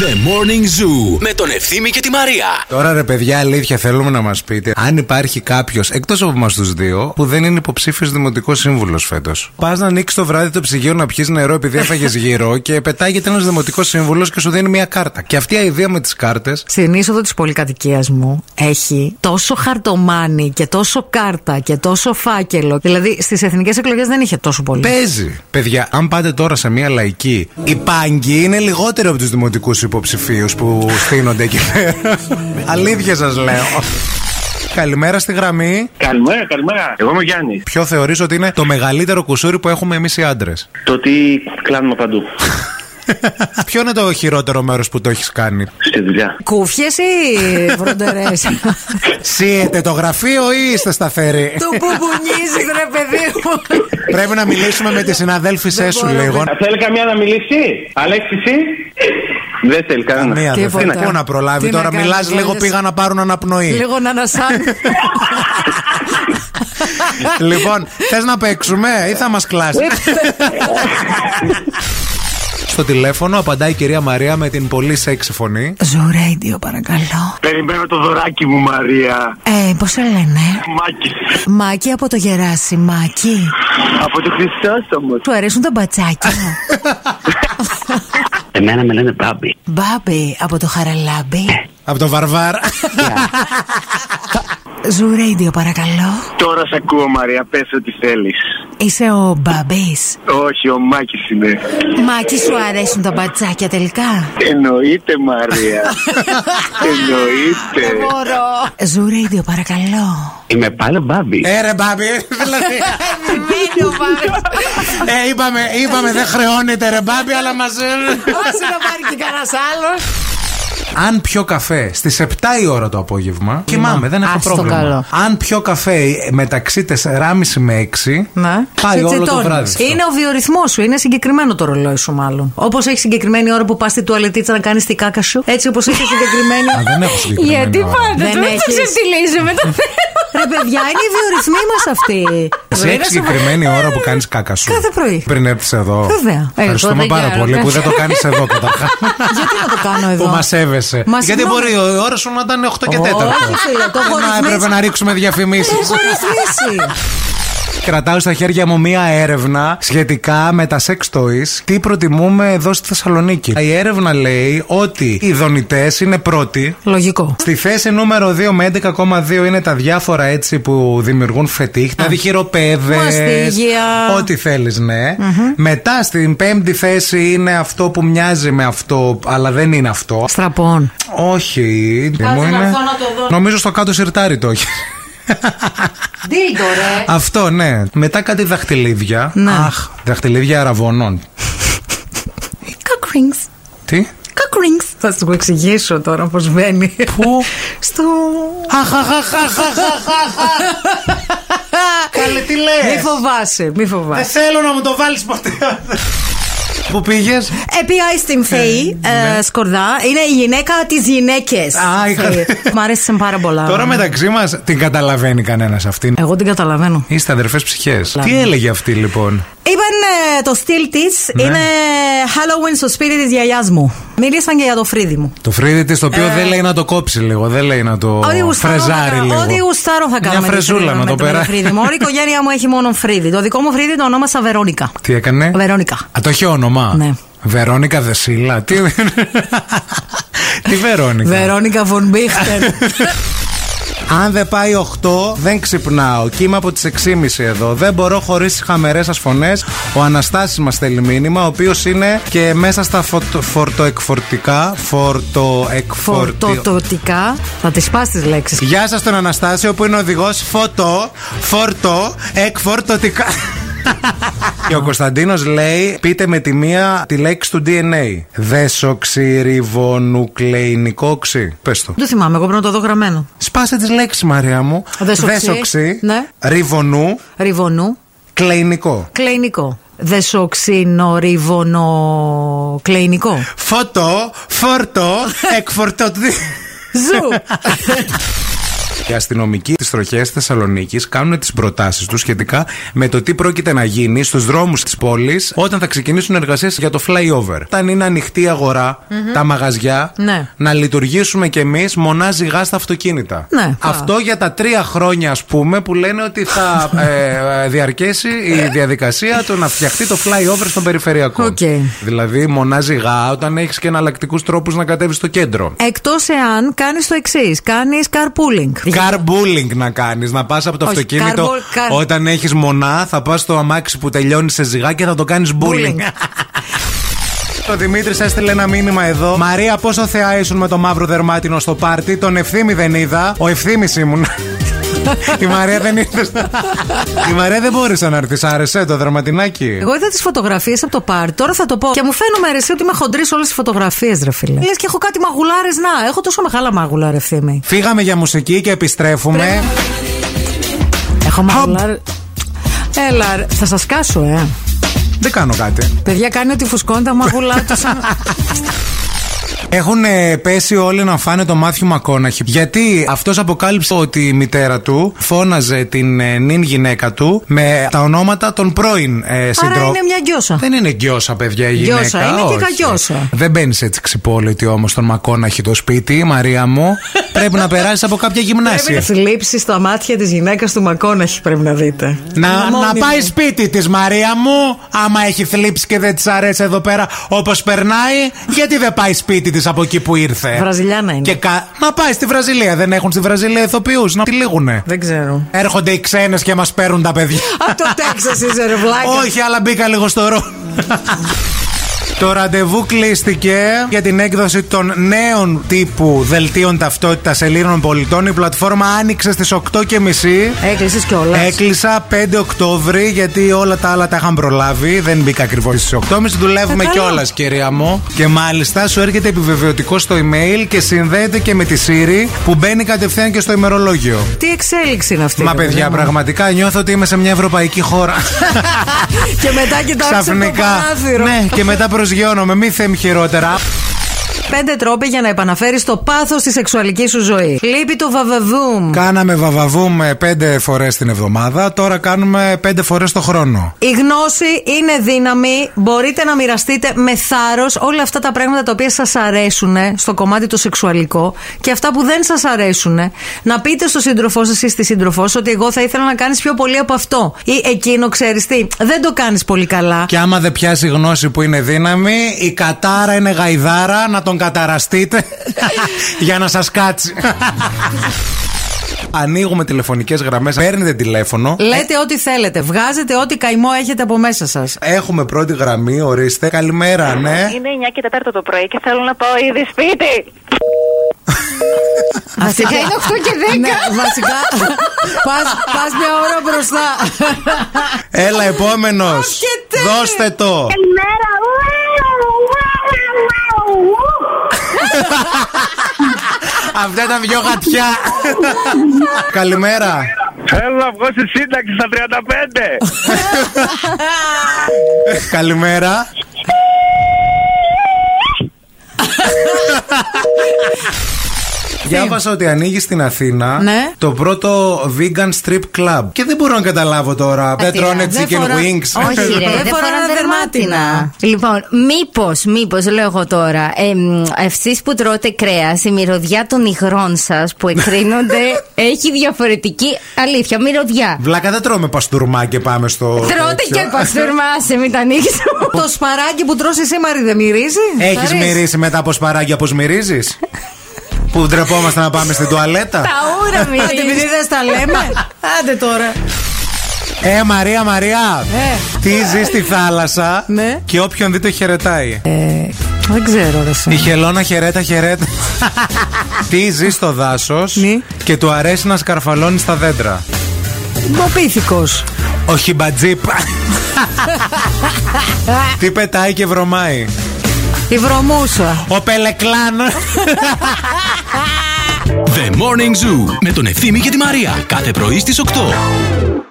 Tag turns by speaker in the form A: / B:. A: The Morning Zoo με τον Ευθύμη και τη Μαρία.
B: Τώρα ρε παιδιά, αλήθεια θέλουμε να μας πείτε αν υπάρχει κάποιος εκτός από εμάς τους δύο που δεν είναι υποψήφιος δημοτικός σύμβουλος φέτος. Πας να ανοίξεις το βράδυ το ψυγείο να πιεις νερό επειδή έφαγες γύρω και πετάγεται ένας δημοτικός σύμβουλος και σου δίνει μια κάρτα. Και αυτή η ιδέα με τις κάρτες.
C: Στην είσοδο της πολυκατοικίας μου έχει τόσο χαρτομάνι και τόσο κάρτα και τόσο φάκελο. Δηλαδή στις εθνικές εκλογές δεν είχε τόσο πολύ.
B: Παίζει. Παιδιά, αν πάτε τώρα σε μια λαϊκή, οι πάγκοι είναι λιγότερο από τους δημοτικούς υποψηφίους που στείνονται εκεί πέρα. Αλήθεια σας λέω. Καλημέρα στη γραμμή.
D: Καλημέρα, καλημέρα. Εγώ είμαι ο Γιάννης.
B: Ποιο θεωρείς ότι είναι το μεγαλύτερο κουσούρι που έχουμε εμείς οι άντρες.
D: Το ότι κλάνουμε παντού.
B: Ποιο είναι το χειρότερο μέρος που το έχεις κάνει.
D: Στη δουλειά.
C: Κούφιες ή βροντερές.
B: Σύεται το γραφείο ή είστε σταθεροί.
C: Του κουμπουνίζει, ρε παιδί μου.
B: Πρέπει να μιλήσουμε με τη λοιπόν. συναδέλφισέ σου
C: μπορώ.
B: λίγο.
D: Α, Θέλει καμία να μιλήσει. Αλέξης, εσύ. Δεν θέλει κανένα.
B: Μία, ρε.
C: Τίποτα.
B: Τι να- Πού να προλάβει
C: Τι να
B: τώρα,
C: κάνεις,
B: μιλά λίγο
C: λες.
B: πήγα να πάρουν αναπνοή.
C: Λίγο να ανασάνει.
B: Λοιπόν, θες να παίξουμε ή θα μας κλάσεις. Στο τηλέφωνο απαντάει η κυρία Μαρία με την πολύ σεξι φωνή.
C: Ζου Radio, παρακαλώ.
E: Περιμένω το δωράκι μου, Μαρία.
C: Ε, πώς σε λένε.
E: Μάκη.
C: Μάκη από το γεράσι, Μάκη.
E: Από το Χρυσότομο.
C: Του αρέσουν τα μπατσάκια.
F: Εμένα με λένε Μπάμπη.
C: Μπάμπι από το χαραλάμπι.
B: Από τον Βαρβάρα.
C: Ζου Radio, παρακαλώ.
E: Τώρα σ' ακούω, Μαρία. Πες ό,τι θέλεις.
C: Είσαι ο Μπάμπη.
E: Όχι, ο Μάκης είναι.
C: Μάκη, σου αρέσουν τα μπατσάκια τελικά.
E: Εννοείται, Μαρία. Εννοείται.
C: Μπορώ. Ζου Radio, παρακαλώ.
F: Είμαι πάλι Μπάμπη.
B: Έρε, μπάμπι. Ε, Δηλαδή,
C: Επιμένει ο Μάρκο.
B: ε, είπαμε, είπαμε δεν χρεώνεται ρε μπάμπι, αλλά μας...
C: Όσο να πάρει και κανένας άλλος.
B: Αν πιω καφέ στις 7 η ώρα το απόγευμα, κοιμάμαι, δεν έχω
C: ας Ναι. το
B: πρόβλημα.
C: καλό.
B: Αν πιω καφέ μεταξύ 4,5 με 6, πάει
C: Ναι. Σε
B: όλο το
C: τσιτώνεις.
B: βράδυ. αυτό.
C: Είναι ο βιορυθμό σου. Είναι συγκεκριμένο το ρολόι σου, μάλλον. Όπως έχει συγκεκριμένη ώρα που πας στη τουαλετίτσα να κάνεις την κάκα σου. Έτσι όπως έχει συγκεκριμένη.
B: Α, δεν έχω συγκεκριμένη
G: Γιατί
B: ώρα.
G: πάντα
C: Δεν
G: του
C: έχεις.
G: το ξεφτυλίζουμε το θέμα.
C: Ρε παιδιά, είναι οι βιορυθμοί μας αυτοί.
B: Εσύ
C: Βέβαια,
B: έχει συγκεκριμένη ώρα που κάνει κάκα σου.
C: Κάθε πρωί.
B: Πριν έρθεις εδώ.
C: Βέβαια. Ε,
B: Ευχαριστούμε
G: τότε
B: πάρα
G: για
B: πολύ
G: να-
B: που δεν το κάνεις εδώ καταρχάς.
C: Γιατί να το κάνω εδώ.
B: που μα έβεσαι.
C: Μας
B: Γιατί
C: συγγνώμη.
B: μπορεί η ώρα σου να ήταν 8 και 4.
C: Όχι, φίλε, το έχω
B: Να έπρεπε
C: ρυθμίσει.
B: να ρίξουμε διαφημίσεις.
C: Το έχω ρυθμίσει.
B: Κρατάω στα χέρια μου μία έρευνα σχετικά με τα sex toys. Τι προτιμούμε εδώ στη Θεσσαλονίκη. Η έρευνα λέει ότι οι δονητές είναι πρώτοι.
C: Λογικό.
B: Στη θέση νούμερο 2 με 11,2 είναι τα διάφορα έτσι που δημιουργούν φετίχ, δηλαδή χειροπέδε.
C: Μαστίγια.
B: Ό,τι θέλεις, ναι. Μετά στην πέμπτη θέση είναι αυτό που μοιάζει με αυτό, αλλά δεν είναι αυτό.
C: Στραπών.
B: Όχι, τι μου
G: να
B: είναι.
G: έρθω να το δω.
B: Νομίζω στο κάτω σιρτάρι το έχεις.
G: Δίλτο, ρε.
B: Αυτό, ναι. Μετά κάτι δαχτυλίδια.
C: Ναι.
B: Αχ, δαχτυλίδια αραβωνών.
C: Κακρίνγκ.
B: Τι.
C: Κακρίνγκ. Θα σου εξηγήσω τώρα πώς βαίνει.
B: Πού.
C: Στο.
B: Καλή, τι
C: Μη
B: λε.
C: φοβάσαι, μη φοβάσαι.
B: θέλω να μου το βάλεις ποτέ. Πού πήγες.
C: Ε, πήγα στην ΦΕΗ, ε, Σκορδά. Είναι η γυναίκα της γυναίκες.
B: ναι. Α, η κα-
C: Μ' αρέσει πάρα πολλά.
B: Τώρα μεταξύ μας την καταλαβαίνει κανένας αυτήν.
C: Εγώ την καταλαβαίνω.
B: Είστε αδερφές ψυχές. Τι
C: Λάβει.
B: έλεγε αυτή λοιπόν.
C: Είπαν ε, το στυλ της
B: Ναι.
C: είναι Halloween στο σπίτι της γιαγιάς μου. Μίλησαν και για το φρύδι μου.
B: Το φρύδι της, το οποίο δεν λέει να το κόψει λίγο, δεν λέει να το
C: Ε. Ό,τι γουστάρω
B: φρεζάρει
C: θα-
B: λίγο.
C: Ό,τι γουστάρω θα κάνω.
B: Μια
C: με το
B: φρεζούλα
C: φρύδι-
B: να
C: με
B: το
C: με
B: περάσει.
C: φρύδι μου. Όλη η οικογένειά μου έχει μόνο φρύδι. Το δικό μου φρύδι το ονόμασα Βερόνικα.
B: Τι έκανε.
C: Βερόνικα.
B: Α, το έχει όνομα.
C: Ναι.
B: Βερόνικα Δεσίλα. Τι, Τι Βερόνικα.
C: Βερόνικα Βονμπίχτερ.
B: Αν δεν πάει 8, δεν ξυπνάω. Και είμαι από τις 6.30 εδώ. Δεν μπορώ χωρίς τις χαμερές σας φωνές. Ο Αναστάσης μας στέλνει μήνυμα, ο οποίος είναι και μέσα στα φωτο- φορτοεκφορτικά. Φορτοεκφορτικά.
C: Φορτοτοτικά. Θα τη πας τις λέξεις.
B: Γεια σας τον Αναστάσιο που είναι οδηγός φωτο, φορτο, εκφορτωτικά. Και ο Κωνσταντίνος λέει: Πείτε με τη μία τη λέξη του DNA. Δεσοξυριβονουκλεϊνικό ξύ. Πες το.
C: Δεν το θυμάμαι, εγώ πρέπει να το δω γραμμένο.
B: Σπάσε τις λέξεις, Μαρία μου.
C: Δέσοξυ, ναι.
B: ριβονού,
C: Ριβωνού.
B: κλεϊνικό.
C: Κλεϊνικό. Δεσοξινορύβωνο κλεϊνικό.
B: Φωτό, φορτό, εκφορτωτή.
C: Ζου.
B: Οι αστυνομικοί της στροχέ Θεσσαλονίκης κάνουν τις προτάσεις τους σχετικά με το τι πρόκειται να γίνει στους δρόμους της πόλης όταν θα ξεκινήσουν εργασίες για το flyover. Όταν είναι ανοιχτή η αγορα τα μαγαζιά,
C: Ναι.
B: να λειτουργήσουμε κι εμείς μονά ζυγά στα αυτοκίνητα.
C: Ναι,
B: Αυτό για τα τρία χρόνια, ας πούμε, που λένε ότι θα ε, ε, διαρκέσει η διαδικασία του να φτιαχτεί το flyover στον περιφερειακό.
C: Οκ.
B: Δηλαδή, μονά ζυγά όταν έχεις και εναλλακτικούς τρόπους να κατέβεις στο κέντρο.
C: Εκτός εάν κάνεις το εξής: κάνεις carpooling.
B: Καρμπούλινγκ να κάνεις, να πας από το
C: Όχι,
B: αυτοκίνητο.
C: carpool- car-
B: Όταν έχεις μονά, θα πας στο αμάξι που τελειώνει σε ζυγά και θα το κάνεις μπούλινγκ.
C: Bullying.
B: Ο Δημήτρης έστειλε ένα μήνυμα εδώ. Μαρία, πόσο θεά ήσουν με το μαύρο δερμάτινο στο πάρτι. Τον ευθύμη δεν είδα. Ο ευθύμης ήμουν. Η Μαρία δεν ήρθε. στο- Η Μαρία δεν μπόρεσε να έρθει. Σ' Άρεσε το δερματινάκι.
C: Εγώ είδα τις φωτογραφίες από το πάρτι, τώρα θα το πω. Και μου φαίνομαι ρε, εσύ ότι είμαι χοντρής σε όλες τις φωτογραφίες, ρε φίλε. Λες και έχω κάτι μαγουλάρες, να. Έχω τόσο μεγάλα μάγουλα, ρε ευθύμη.
B: Φύγαμε για μουσική και επιστρέφουμε.
C: Έχω μαγουλάρε. Έλα, ρε. θα σας κάσω, ε.
B: Δεν κάνω κάτι.
C: Παιδιά, κάνει ότι φουσκώνει τα μαγουλά τους. Σαν...
B: Έχουν ε, πέσει όλοι να φάνε το Μάθιου Μακόναχη. Γιατί αυτός αποκάλυψε ότι η μητέρα του φώναζε την ε, νυν γυναίκα του με τα ονόματα των πρώην ε,
C: Άρα
B: συντρόφων.
C: είναι μια γκιόσα.
B: Δεν είναι γκιόσα, παιδιά, η γυναίκα.
C: Γκιόσα, είναι και
B: όχι.
C: κακιόσα.
B: Δεν μπαίνεις έτσι ξυπόλυτη όμως τον Μακόναχη το σπίτι, Μαρία μου. πρέπει να περάσεις από κάποια
C: Πρέπει να
B: γυμνάσια.
C: θλίψεις στα μάτια της γυναίκας του Μακόναχη, πρέπει να δείτε.
B: Να,
C: Μόνη
B: να
C: μου.
B: πάει σπίτι της Μαρία μου, άμα έχει θλίψει και δεν της αρέσει εδώ πέρα όπως περνάει, γιατί δεν πάει σπίτι της από εκεί που ήρθε.
C: Βραζιλιάνα είναι.
B: Και κα- να πάει στη Βραζιλία. Δεν έχουν στη Βραζιλία ηθοποιούς. Να τη λίγουνε.
C: Δεν ξέρω.
B: Έρχονται οι ξένες και μας παίρνουν τα παιδιά.
C: Από το Τέξας είσαι ρε βλάκα.
B: Όχι, αλλά μπήκα λίγο στο ρο. Το ραντεβού κλείστηκε για την έκδοση των νέων τύπου δελτίων ταυτότητας Ελλήνων πολιτών. Η πλατφόρμα άνοιξε στις 8.30.
C: Έκλεισες κιόλας.
B: Έκλεισα 5 Οκτώβρη γιατί όλα τα άλλα τα είχαν προλάβει. Δεν μπήκα ακριβώς στις 8.30. Δουλεύουμε
C: Ε, καλά.
B: κιόλας, κυρία μου. Και μάλιστα σου έρχεται επιβεβαιωτικό στο email και συνδέεται και με τη Siri που μπαίνει κατευθείαν και στο ημερολόγιο.
C: Τι ναι. εξέλιξη είναι αυτή.
B: Μα
C: ρε
B: παιδιά,
C: μου.
B: πραγματικά νιώθω ότι είμαι σε μια ευρωπαϊκή χώρα.
C: Και μετά κοιτάξτε το
B: Ξαφνικά.
C: παράθυρο.
B: ναι, και μετά προσγειώνομαι. Μη θέμει χειρότερα.
C: Πέντε τρόποι για να επαναφέρεις το πάθος στη σεξουαλικής σου ζωής. Λείπει το βαβαβούμ.
B: Κάναμε βαβαβούμε πέντε φορές την εβδομάδα. Τώρα κάνουμε πέντε φορές το χρόνο.
C: Η γνώση είναι δύναμη. Μπορείτε να μοιραστείτε με θάρρος όλα αυτά τα πράγματα τα οποία σας αρέσουν στο κομμάτι το σεξουαλικό και αυτά που δεν σας αρέσουν. Να πείτε στο σύντροφό σας ή στη σύντροφό σου ότι εγώ θα ήθελα να κάνεις πιο πολύ από αυτό. Ή εκείνο, ξέρεις τι, δεν το κάνεις πολύ καλά.
B: Και άμα δεν πιάσει γνώση που είναι δύναμη, η κατάρα είναι γαϊδάρα, να τον καταραστείτε για να σας κάτσει. Ανοίγουμε τηλεφωνικές γραμμές, παίρνετε τηλέφωνο.
C: Λέτε ό,τι θέλετε. Βγάζετε ό,τι καημό έχετε από μέσα σας.
B: Έχουμε πρώτη γραμμή, ορίστε. Καλημέρα, ναι.
H: Είναι 9 και 4 το πρωί και θέλω να πάω ήδη σπίτι.
G: Βασικά είναι 8 και 10.
C: Ναι, βασικά. Πας μια ώρα μπροστά.
B: Έλα, επόμενος.
C: Ασκετέ.
B: Δώστε το.
H: Καλημέρα.
B: Αυτά τα δυο γατιά. Καλημέρα.
E: Θέλω να βγω στη σύνταξη στα 35.
B: Καλημέρα. Διάβασα ότι ανοίγει στην Αθήνα
C: Ναι.
B: το πρώτο vegan strip club. Και δεν μπορώ να καταλάβω τώρα. Δεν τρώνε
C: δεν
B: chicken
C: φορά-
B: wings.
G: Όχι, ρε, δεν φοράνε δερμάτινα. Λοιπόν, μήπως, μήπως, λέω εγώ τώρα, εσείς που τρώτε κρέας, η μυρωδιά των υγρών σας που εκρίνονται έχει διαφορετική αλήθεια. Μυρωδιά.
B: Βλάκα δεν τρώμε παστούρμα και πάμε στο.
G: Τρώτε
B: τέτοιο.
G: και παστούρμα, σε μην τα ανοίξω.
C: Το σπαράκι που τρώσει εσύ, Μαρή, δεν μυρίζει.
B: Έχεις
C: Μαρής.
B: μυρίσει μετά από σπαράγγια πώ μυρίζεις. Που ντρεπόμαστε να πάμε στην τουαλέτα.
G: Τα ούρα
C: Άντε, επειδή
G: μυρίζει.
C: δεν στα λέμε. Άντε τώρα.
B: ε, Μαρία, Μαρία.
C: Ε.
B: Τι ζει στη θάλασσα
C: Ναι.
B: και όποιον δει το χαιρετάει.
C: Δεν ξέρω, ρε.
B: Η
C: εσύ.
B: χελώνα χαιρέτα χαιρέτα. Τι ζει στο δάσος
C: Ναι.
B: και του αρέσει να σκαρφαλώνει στα δέντρα.
C: Μποπίθηκο.
B: Ο χιμπατζίπ. Τι πετάει και βρωμάει.
C: Η βρωμούσα.
B: Ο πελεκλάν.
A: The Morning Zoo με τον Ευθύμη και τη Μαρία. Κάθε πρωί στις 8.